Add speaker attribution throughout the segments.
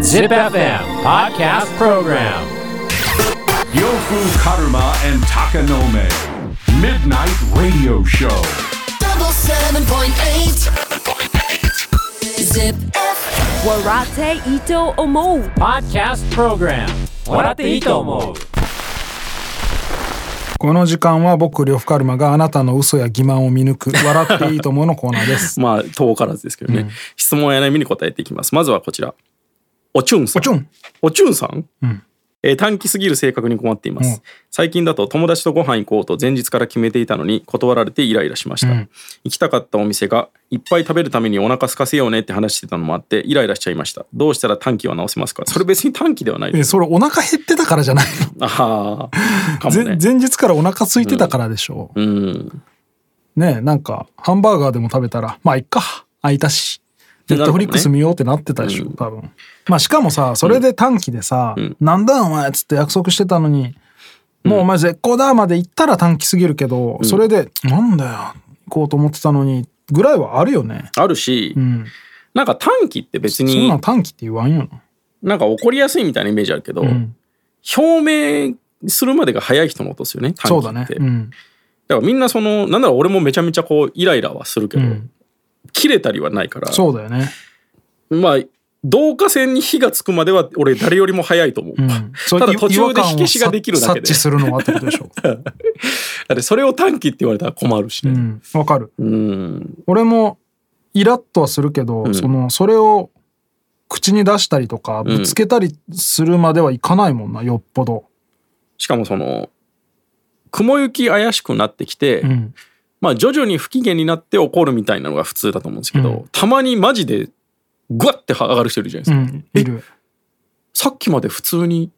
Speaker 1: Zip FM Podcast Program
Speaker 2: Yofu Karuma and Takanome. Midnight Radio Show.
Speaker 3: double seven point eight. Zip.
Speaker 4: Warate Ito Omo.
Speaker 1: Podcast Program 笑っていいと思う
Speaker 5: この時間は僕呂布カルマがあなたの嘘や欺瞞を見抜く笑っていいと思うのコーナーで す。
Speaker 6: まあ遠からずですけどね、質問や悩みに答えていきますまずはこちらおちゅんさん
Speaker 5: おちゅん
Speaker 6: おちゅんさん、
Speaker 5: うん
Speaker 6: えー短期すぎる性格に困っています、
Speaker 5: うん
Speaker 6: 最近だと友達とご飯行こうと前日から決めていたのに断られてイライラしました、
Speaker 5: うん
Speaker 6: 行きたかったお店がいっぱい食べるためにお腹空かせようねって話してたのもあってイライラしちゃいましたどうしたら短期は直せますかそれ別に短期ではないで
Speaker 5: え
Speaker 6: す
Speaker 5: それお腹減ってたからじゃない
Speaker 6: ああかも
Speaker 5: の、
Speaker 6: ね
Speaker 5: 前前日からお腹空いてたからでしょう。
Speaker 6: うん
Speaker 5: ねえなんかハンバーガーでも食べたらまあいっか空いたし。
Speaker 6: て
Speaker 5: ネッ
Speaker 6: な
Speaker 5: ト
Speaker 6: るかも
Speaker 5: フ
Speaker 6: ね
Speaker 5: リックス見ようってなってたでしょ、
Speaker 6: うん
Speaker 5: 多分。まあしかもさ、それで短期でさ、
Speaker 6: ん
Speaker 5: なんだお前っつって約束してたのに、もうお前絶好だまで行ったら短期すぎるけど、それで、なんだよ、行こうと思ってたのに、ぐらいはあるよね。
Speaker 6: あるし、
Speaker 5: うん。
Speaker 6: なんか短期って別
Speaker 5: そん
Speaker 6: に
Speaker 5: なん短期って言わんよな。
Speaker 6: なんか怒りやすいみたいなイメージあるけど、
Speaker 5: うん
Speaker 6: 表明するまでが早い人の音ですよね短期って
Speaker 5: そうだね。うん。
Speaker 6: だからみんなそのなんだろう俺もめちゃめちゃこうイライラはするけど、
Speaker 5: うん
Speaker 6: 切れたりはないから
Speaker 5: そうだよね。
Speaker 6: まあ導火線に火がつくまでは俺誰よりも早いと思う、
Speaker 5: うん
Speaker 6: ただ
Speaker 5: い
Speaker 6: 途
Speaker 5: 違和
Speaker 6: 中で
Speaker 5: 感を
Speaker 6: 火消しができるだけ
Speaker 5: 察
Speaker 6: で
Speaker 5: 知するのはってことでしょ。
Speaker 6: だってそれを短期って言われたら困るし
Speaker 5: う
Speaker 6: ね
Speaker 5: ん。わかる。
Speaker 6: うん
Speaker 5: 俺もイラッとはするけど、
Speaker 6: ん
Speaker 5: そのそれを口に出したりとかぶつけたりするまではいかないもんな、よっぽど。
Speaker 6: しかもその雲行き怪しくなってきて、
Speaker 5: うん。
Speaker 6: まあ徐々に不機嫌になって怒るみたいなのが普通だと思うんですけど、
Speaker 5: う
Speaker 6: たまにマジでグワッて上がる人いるじゃないで
Speaker 5: う
Speaker 6: すか、
Speaker 5: ん。いる。
Speaker 6: さっきまで普通に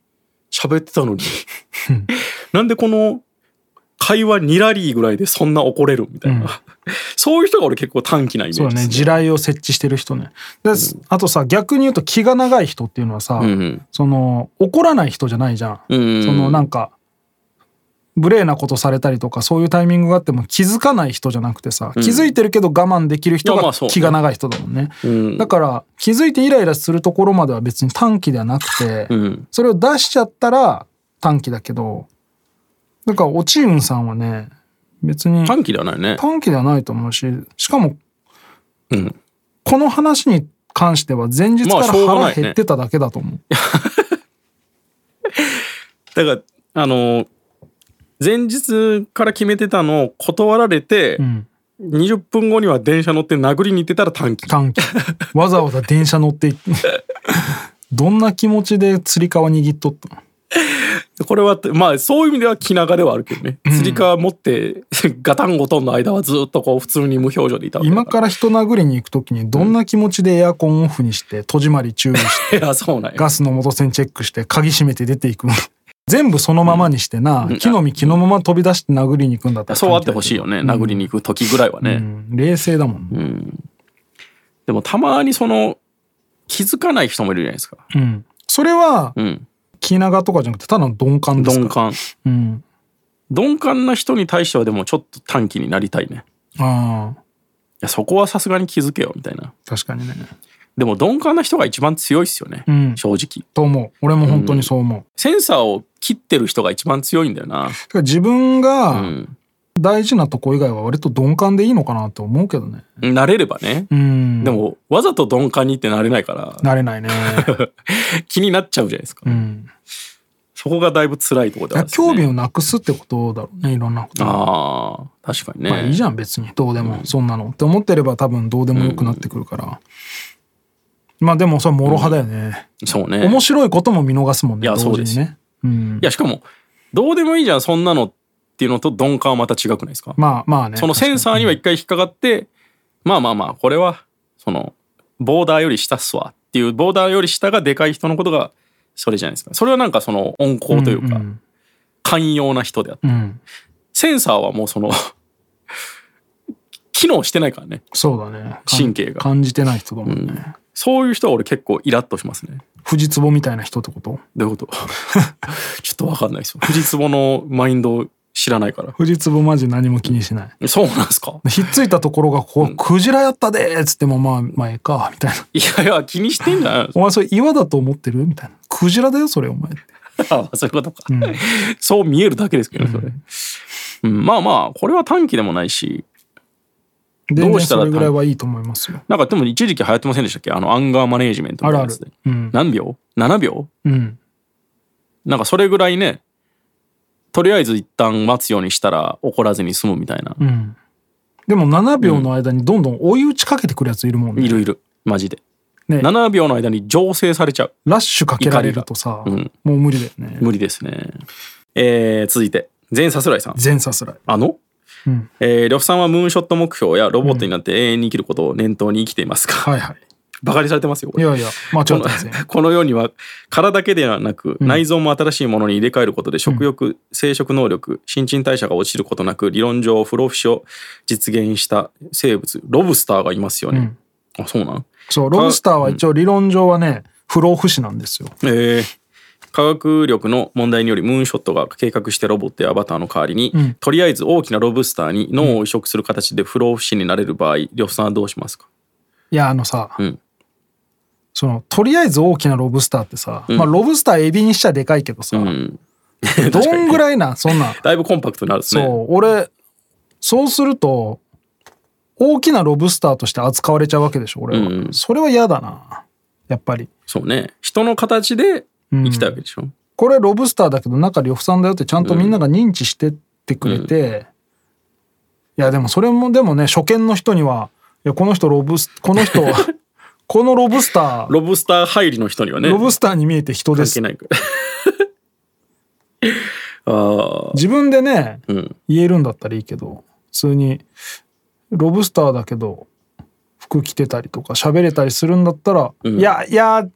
Speaker 6: 喋ってたのに なんでこの会話2ラリーぐらいでそんな怒れるみたいな、
Speaker 5: うん
Speaker 6: そういう人が俺結構短気なイメージ
Speaker 5: そうだね。
Speaker 6: です
Speaker 5: 地
Speaker 6: ね。
Speaker 5: 雷を設置してる人ね。で、あとさ、逆に言うと気が長い人っていうのはさ、
Speaker 6: うん
Speaker 5: その怒らない人じゃないじゃん。
Speaker 6: うんうん
Speaker 5: そのなんか無礼なことされたりとかそういうタイミングがあっても気づかない人じゃなくてさ、気づいてるけど我慢できる人
Speaker 6: いやま
Speaker 5: が
Speaker 6: あそう
Speaker 5: 気が長い人だもんね、
Speaker 6: うん
Speaker 5: だから気づいてイライラするところまでは別に短期ではなくて、
Speaker 6: うん
Speaker 5: それを出しちゃったら短期だけどだからおちうんさんはね別に
Speaker 6: 短気ではないね。
Speaker 5: 短期ではないと思うししかも
Speaker 6: うん、
Speaker 5: この話に関しては前日から
Speaker 6: まあしょうがない
Speaker 5: 腹
Speaker 6: ね
Speaker 5: 減ってただけだと思う、
Speaker 6: だからあの前日から決めてたのを断られて、
Speaker 5: うん、
Speaker 6: 20分後には電車乗って殴りに行ってたら短気。
Speaker 5: 短期わざわざ電車乗って行ってどんな気持ちでつり革握っとったの
Speaker 6: これはまあそういう意味では気長ではあるけどね。釣り革持って ガタンゴトンの間はずっとこう普通に無表情でいたわけだ
Speaker 5: 今から人殴りに行く時にどんな気持ちでエアコンオフにして戸締まり注意して
Speaker 6: いやそうなんや。
Speaker 5: ガスの元栓チェックして鍵閉めて出ていくの全部そのままにしてな、木の実木のまま飛び出して殴りに行くんだったら
Speaker 6: そうあってほしいよね、殴りに行く時ぐらいは
Speaker 5: う
Speaker 6: ね、
Speaker 5: ん、冷静だもん、
Speaker 6: でもたまにその気づかない人もいるじゃないですか、
Speaker 5: うん、それは
Speaker 6: うん、
Speaker 5: 気長とかじゃなくてただの鈍感ですから
Speaker 6: 鈍感
Speaker 5: うん、
Speaker 6: 鈍感な人に対してはでもちょっと短気になりたいね
Speaker 5: ああ
Speaker 6: いやそこはさすがに気づけよみたいな
Speaker 5: 確かにね
Speaker 6: でも鈍感な人が一番強いっすよね、
Speaker 5: うん
Speaker 6: 正直
Speaker 5: と思う俺も本当にそう思う、
Speaker 6: センサーを切ってる人が一番強いんだよな
Speaker 5: だから自分
Speaker 6: う
Speaker 5: が、
Speaker 6: ん
Speaker 5: 大事なとこ以外は割と鈍感でいいのかなって思うけどね。
Speaker 6: 慣れればね、
Speaker 5: うん。
Speaker 6: でもわざと鈍感にってなれないから
Speaker 5: 慣れないね。
Speaker 6: 気になっちゃうじゃないですか、
Speaker 5: うん。
Speaker 6: そこがだいぶ辛いところで
Speaker 5: だから
Speaker 6: はあるっすね
Speaker 5: 興味をなくすってことだろうね、いろんなこと。
Speaker 6: ああ確かにね、
Speaker 5: まあいいじゃん、別に。どうでも、そんなの。って思ってれば多分どうでもよくなってくるから。まあでも、それは諸派だよね。
Speaker 6: そうね
Speaker 5: 面白いことも見逃すもんね、
Speaker 6: いや
Speaker 5: 同時に
Speaker 6: そう
Speaker 5: ね。うん
Speaker 6: い。やしかもどうでもいいじゃんそんなのっていうのと鈍感はまた違くないですか、
Speaker 5: まあまあね。
Speaker 6: そのセンサーには一回引っかかってまあまあまあこれはそのボーダーより下っすわっていうボーダーより下がでかい人のことがそれじゃないですかそれはなんかその温厚というか、
Speaker 5: うん
Speaker 6: 寛容な人であって
Speaker 5: うんうん。
Speaker 6: センサーはもうその 機能してないからね
Speaker 5: そうだね。
Speaker 6: 神経が
Speaker 5: 感じてない人だもんね。
Speaker 6: そういう人は俺結構イラッとしますね
Speaker 5: 藤壺みたいな人ってこと
Speaker 6: どういうことちょっとわかんないですよ富士壺のマインド知らないから
Speaker 5: 富士壺マジ何も気にしない。
Speaker 6: そうなんすか
Speaker 5: ひっついたところがこう、クジラやったでーっつっても、まあ、まあ、ええか、みたいな。
Speaker 6: いやいや気にしてんじゃないの
Speaker 5: お前それ岩だと思ってるみたいな。クジラだよ、それ、お前。
Speaker 6: あそういうことか、そう見えるだけですけどねそれ、うんまあまあこれは短期でもないし
Speaker 5: 全
Speaker 6: どう
Speaker 5: 然
Speaker 6: した
Speaker 5: そ
Speaker 6: ら
Speaker 5: れぐらいはいいと思いますよ。
Speaker 6: なんかでも一時期流行ってませんでしたっけあのアンガーマネージメントみたいなやつで
Speaker 5: あるあるうん
Speaker 6: 何秒 ?7 秒
Speaker 5: うん。
Speaker 6: なんかそれぐらいねとりあえず一旦待つようにしたら怒らずに済むみたいな、
Speaker 5: でも7秒の間にどんどん追い打ちかけてくるやついるもんね。
Speaker 6: いるいるマジで、
Speaker 5: ね
Speaker 6: 7秒の間に醸成されちゃう
Speaker 5: ラッシュかけられるとさ、
Speaker 6: 怒りが
Speaker 5: もう無理だよね。
Speaker 6: 無理ですねえー、続いて全さすらいさん
Speaker 5: 全さすらい。
Speaker 6: あの、えー、呂布さんはムーンショット目標やロボットになって永遠に生きることを念頭に生きていますか、
Speaker 5: はいはい。
Speaker 6: バカにされてますよこ
Speaker 5: い
Speaker 6: れ
Speaker 5: やいや、間違って
Speaker 6: こ
Speaker 5: ま
Speaker 6: の
Speaker 5: せん。
Speaker 6: この世 には殻だけではなく内臓も新しいものに入れ替えることで食欲、生殖能力新陳代謝が落ちることなく理論上不老不死を実現した生物ロブスターがいますよね、あそうなん
Speaker 5: そう、ロブスターは一応理論上はね、不老不死なんですよ。
Speaker 6: えー科学力の問題によりムーンショットが計画してロボットやアバターの代わりに、とりあえず大きなロブスターに脳を移植する形で不老不死になれる場合呂布さんはどうしますか
Speaker 5: いや、あのさ、
Speaker 6: うん
Speaker 5: その、とりあえず大きなロブスターってさ、まあロブスターエビにしちゃでかいけどさ、 どんぐらいな、そん なん。
Speaker 6: だいぶコンパクトになるんです
Speaker 5: そう、
Speaker 6: ね
Speaker 5: 俺、そうすると、大きなロブスターとして扱われちゃうわけでしょ、俺は。
Speaker 6: うん
Speaker 5: それは嫌だな。やっぱり。
Speaker 6: そうね人の形で生きたいわけでしょ、
Speaker 5: これロブスターだけど中呂布さんだよってちゃんとみんなが認知してってくれて、いやでもそれもでもね初見の人にはいやこの人ロブスこの人 このロブスター
Speaker 6: ロブスター入りの人にはね
Speaker 5: ロブスターに見えて人で
Speaker 6: 関
Speaker 5: す
Speaker 6: 係ないからああ
Speaker 5: 自分でね、
Speaker 6: ん
Speaker 5: 言えるんだったらいいけど普通にロブスターだけど服着てたりとか喋れたりするんだったら、いやいや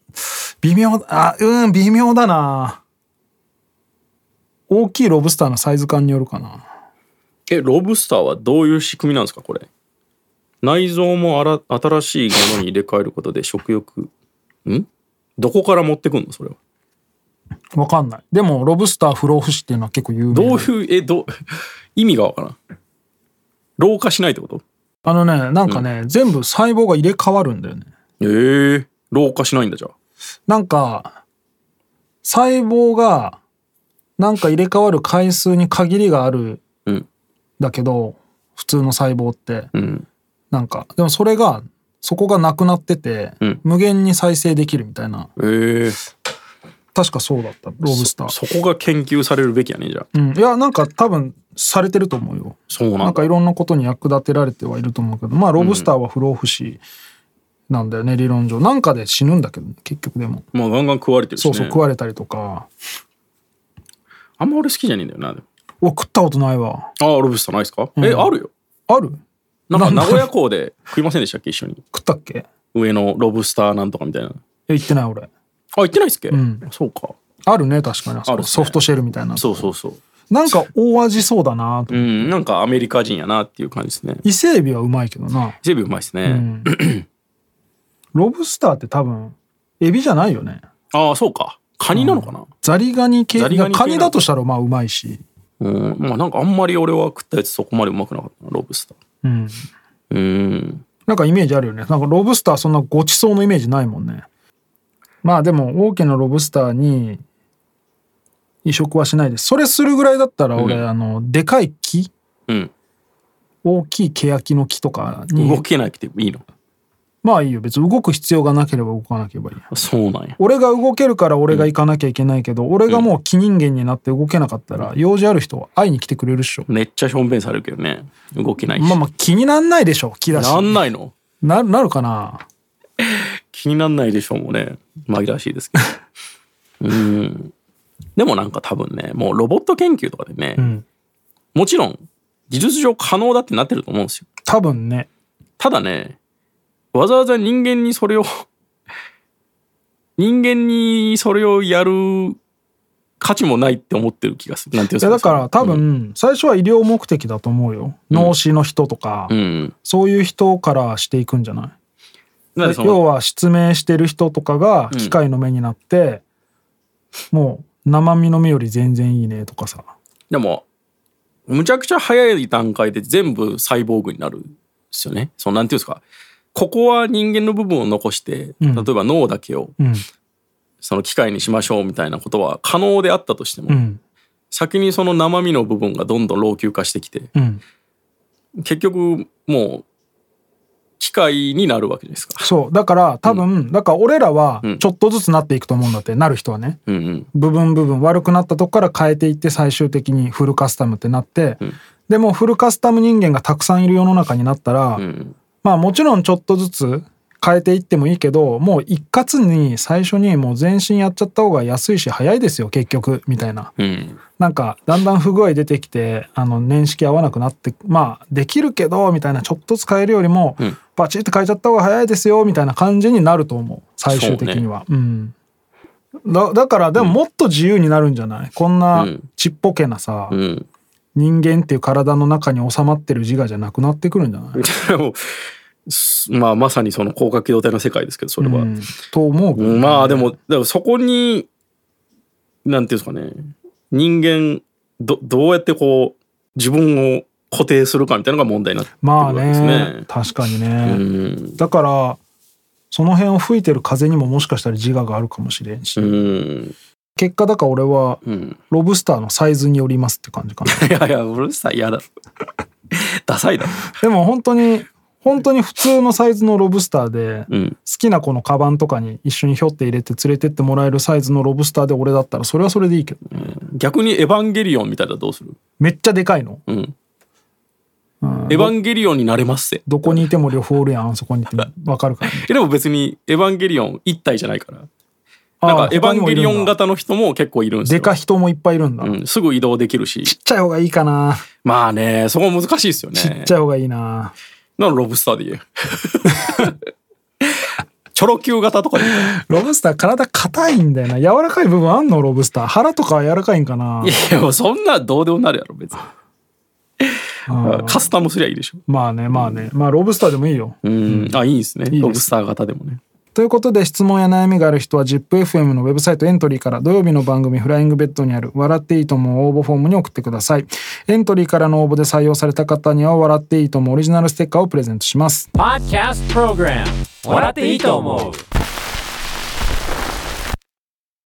Speaker 5: 微妙あうん微妙だな大きいロブスターのサイズ感によるかな
Speaker 6: えロブスターはどういう仕組みなんですかこれ内臓もあら新しいものに入れ替えることで食欲んどこから持ってくんのそれは
Speaker 5: わかんないでもロブスター不老不死っていうのは結構有名
Speaker 6: どういうえど意味がわからん老化しないってこと
Speaker 5: あのねなんかね、全部細胞が入れ替わるんだよね
Speaker 6: ええ老化しないんだじゃあ
Speaker 5: なんか細胞がなんか入れ替わる回数に限りがある
Speaker 6: うん
Speaker 5: だけど普通の細胞って
Speaker 6: うん
Speaker 5: なんかでもそれがそこがなくなってて、
Speaker 6: うん
Speaker 5: 無限に再生できるみたいな
Speaker 6: ええ
Speaker 5: 確かそうだったロブスター
Speaker 6: そこが研究されるべきやねじゃあ
Speaker 5: うん、いやなんか多分されてると思うよ
Speaker 6: そうなんだ
Speaker 5: なんかいろんなことに役立てられてはいると思うけどまあロブスターは不老不死なんだよね、理論上なんかで死ぬんだけど、ね、結局でも
Speaker 6: まあガンガン食われてるし、
Speaker 5: そ
Speaker 6: ね、
Speaker 5: うそう食われたりとか
Speaker 6: あんま俺好きじゃねえんだよなでも
Speaker 5: お食ったことないわ
Speaker 6: ああロブスターないですか、えあるよ
Speaker 5: ある
Speaker 6: なんか名古屋港で食いませんでしたっけ一緒に
Speaker 5: 食ったっけ
Speaker 6: 上のロブスターなんとかみたいなあ
Speaker 5: え行ってない俺
Speaker 6: 行ってないっすっけ、
Speaker 5: ん
Speaker 6: そうか
Speaker 5: あるね確かにあそこ
Speaker 6: あるっす
Speaker 5: ソ
Speaker 6: ね
Speaker 5: フトシェルみたいな
Speaker 6: そうそうそう
Speaker 5: なんか大味そうだなと、
Speaker 6: うんなんかアメリカ人やなっていう感じですね
Speaker 5: 伊勢エビはうまいけどな
Speaker 6: 伊勢海老うまいっすね、
Speaker 5: ロブスターって多分エビじゃないよね
Speaker 6: ああそうかカニなのかな
Speaker 5: ザリガニ系
Speaker 6: ザリガニ系
Speaker 5: カニだとしたらまあうまいし
Speaker 6: うん、まあなんかあんまり俺は食ったやつそこまでうまくなかったなロブスター
Speaker 5: うん
Speaker 6: うん
Speaker 5: なんかイメージあるよね。なんかロブスターそんなごちそうのイメージないもんね。まあでも大きなロブスターに移植はしないです。それするぐらいだったら俺、あの、でかい木
Speaker 6: うん
Speaker 5: 大きい欅の木とか
Speaker 6: 動
Speaker 5: に、
Speaker 6: けなくていいの
Speaker 5: まあいいよ。別に動く必要がなければ動かなければいいや。
Speaker 6: そうなんや
Speaker 5: 俺が動けるから俺が行かなきゃいけないけど、俺がもう木人間になって動けなかったら、用事ある人は会いに来てくれるっしょ。
Speaker 6: めっちゃしょんべんされるけどね動けないし、
Speaker 5: まあまあ気になんないでしょ、木だし。
Speaker 6: なんないの
Speaker 5: ななるかな
Speaker 6: 気になんないでしょうもね紛らわしいですけど うんでもなんか多分ねもうロボット研究とかでね、
Speaker 5: ん
Speaker 6: もちろん技術上可能だってなってると思うんですよ
Speaker 5: 多分ね。
Speaker 6: ただねわざわざ人間にそれを人間にそれをやる価値もないって思ってる気がするなんていうん
Speaker 5: い
Speaker 6: です
Speaker 5: や
Speaker 6: か
Speaker 5: だから多分最初は医療目的だと思うよ、脳死の人とか、
Speaker 6: うん、うん、
Speaker 5: そういう人からしていくんじゃな
Speaker 6: なん
Speaker 5: い
Speaker 6: でそ
Speaker 5: 要
Speaker 6: の
Speaker 5: は失明してる人とかが機械の目になって、もう生身の目より全然いいねとかさ
Speaker 6: でもむちゃくちゃ早い段階で全部サイボーグになるんですよね。そのなんていうんですかここは人間の部分を残して、例えば脳だけを
Speaker 5: うん
Speaker 6: その機械にしましょうみたいなことは可能であったとしても、
Speaker 5: うん
Speaker 6: 先にその生身の部分がどんどん老朽化してきて
Speaker 5: うん
Speaker 6: 結局もう機械になるわけじゃないですか。
Speaker 5: そうだから多分、だから俺らは
Speaker 6: うん
Speaker 5: ちょっとずつなっていくと思うんだってなる人はね
Speaker 6: うんうん
Speaker 5: 部分部分悪くなったとこから変えていって最終的にフルカスタムってなって、でもフルカスタム人間がたくさんいる世の中になったら、
Speaker 6: うん
Speaker 5: まあもちろんちょっとずつ変えていってもいいけどもう一括に最初にもう全身やっちゃった方が安いし早いですよ結局みたいな
Speaker 6: うん
Speaker 5: なんかだんだん不具合出てきてあの年式合わなくなってまあできるけどみたいなちょっとずつ変えるよりも、
Speaker 6: うん
Speaker 5: バチッと変えちゃった方が早いですよみたいな感じになると思う最終的にはう,、んだだからでももっと自由になるんじゃないこんな
Speaker 6: うん
Speaker 5: ちっぽけなさ、
Speaker 6: うん
Speaker 5: 人間っていう体の中に収まってる自我じゃなくなってくるんじゃない、
Speaker 6: でもすまあまさにその広角機動隊の世界ですけどそれは、
Speaker 5: うんと思うけどね
Speaker 6: まあでもだからそこになんていうんですかね人間どどうやってこう自分を固定するかみたいなのが問題になってくる
Speaker 5: まあ
Speaker 6: わけです
Speaker 5: ね
Speaker 6: ね。
Speaker 5: 確かに
Speaker 6: う
Speaker 5: ね、
Speaker 6: ん
Speaker 5: だからその辺を吹いてる風にももしかしたら自我があるかもしれんし、
Speaker 6: うん
Speaker 5: 結果だから俺は
Speaker 6: うん、
Speaker 5: ロブスターのサイズによりますって感じかな
Speaker 6: いやいやうるさい嫌だダサいだろ、
Speaker 5: でも本当に本当に普通のサイズのロブスターで好
Speaker 6: うん、
Speaker 5: きな子のカバンとかに一緒にひょって入れて連れてってもらえるサイズのロブスターで俺だったらそれはそれでいいけどね
Speaker 6: 逆に「エヴァンゲリオン」みたいだとどうする、
Speaker 5: めっちゃでかいの
Speaker 6: うんエヴァンゲリオンになれますって
Speaker 5: どこにいても両方おるやんあそこにいても分かるから、ね、
Speaker 6: えでも別に「エヴァンゲリオン」一体じゃないから
Speaker 5: あ
Speaker 6: なん
Speaker 5: あ
Speaker 6: か「エヴァンゲリオン」
Speaker 5: 他にもいるんだ
Speaker 6: 型の人も結構いるんですよ
Speaker 5: でか人もいっぱいいるんだ、
Speaker 6: うん、すぐ移動できるし
Speaker 5: ちっちゃい方がいいかな
Speaker 6: まあねそこ難しいですよね
Speaker 5: ちっちゃい方がいいな
Speaker 6: なのロブスターで言えチョロ Q 型とかでいいかな
Speaker 5: ロブスター体硬いんだよな柔らかい部分あんのロブスター腹とかは柔らかいんかない
Speaker 6: やもうそんなどうでもなるやろ別に
Speaker 5: うん
Speaker 6: カスタムすりゃいいでしょ
Speaker 5: まあねまあねまあロブスターでもいいよ
Speaker 6: うんあいいんですね
Speaker 5: す
Speaker 6: ロブスター型でもね
Speaker 5: ということで質問や悩みがある人は ZIPFM のウェブサイトエントリーから土曜日の番組「フライングベッド」にある「笑っていいとも」応募フォームに送ってくださいエントリーからの応募で採用された方には「笑っていいとも」オリジナルステッカーをプレゼントします
Speaker 1: Podcast Program 笑っていいと思う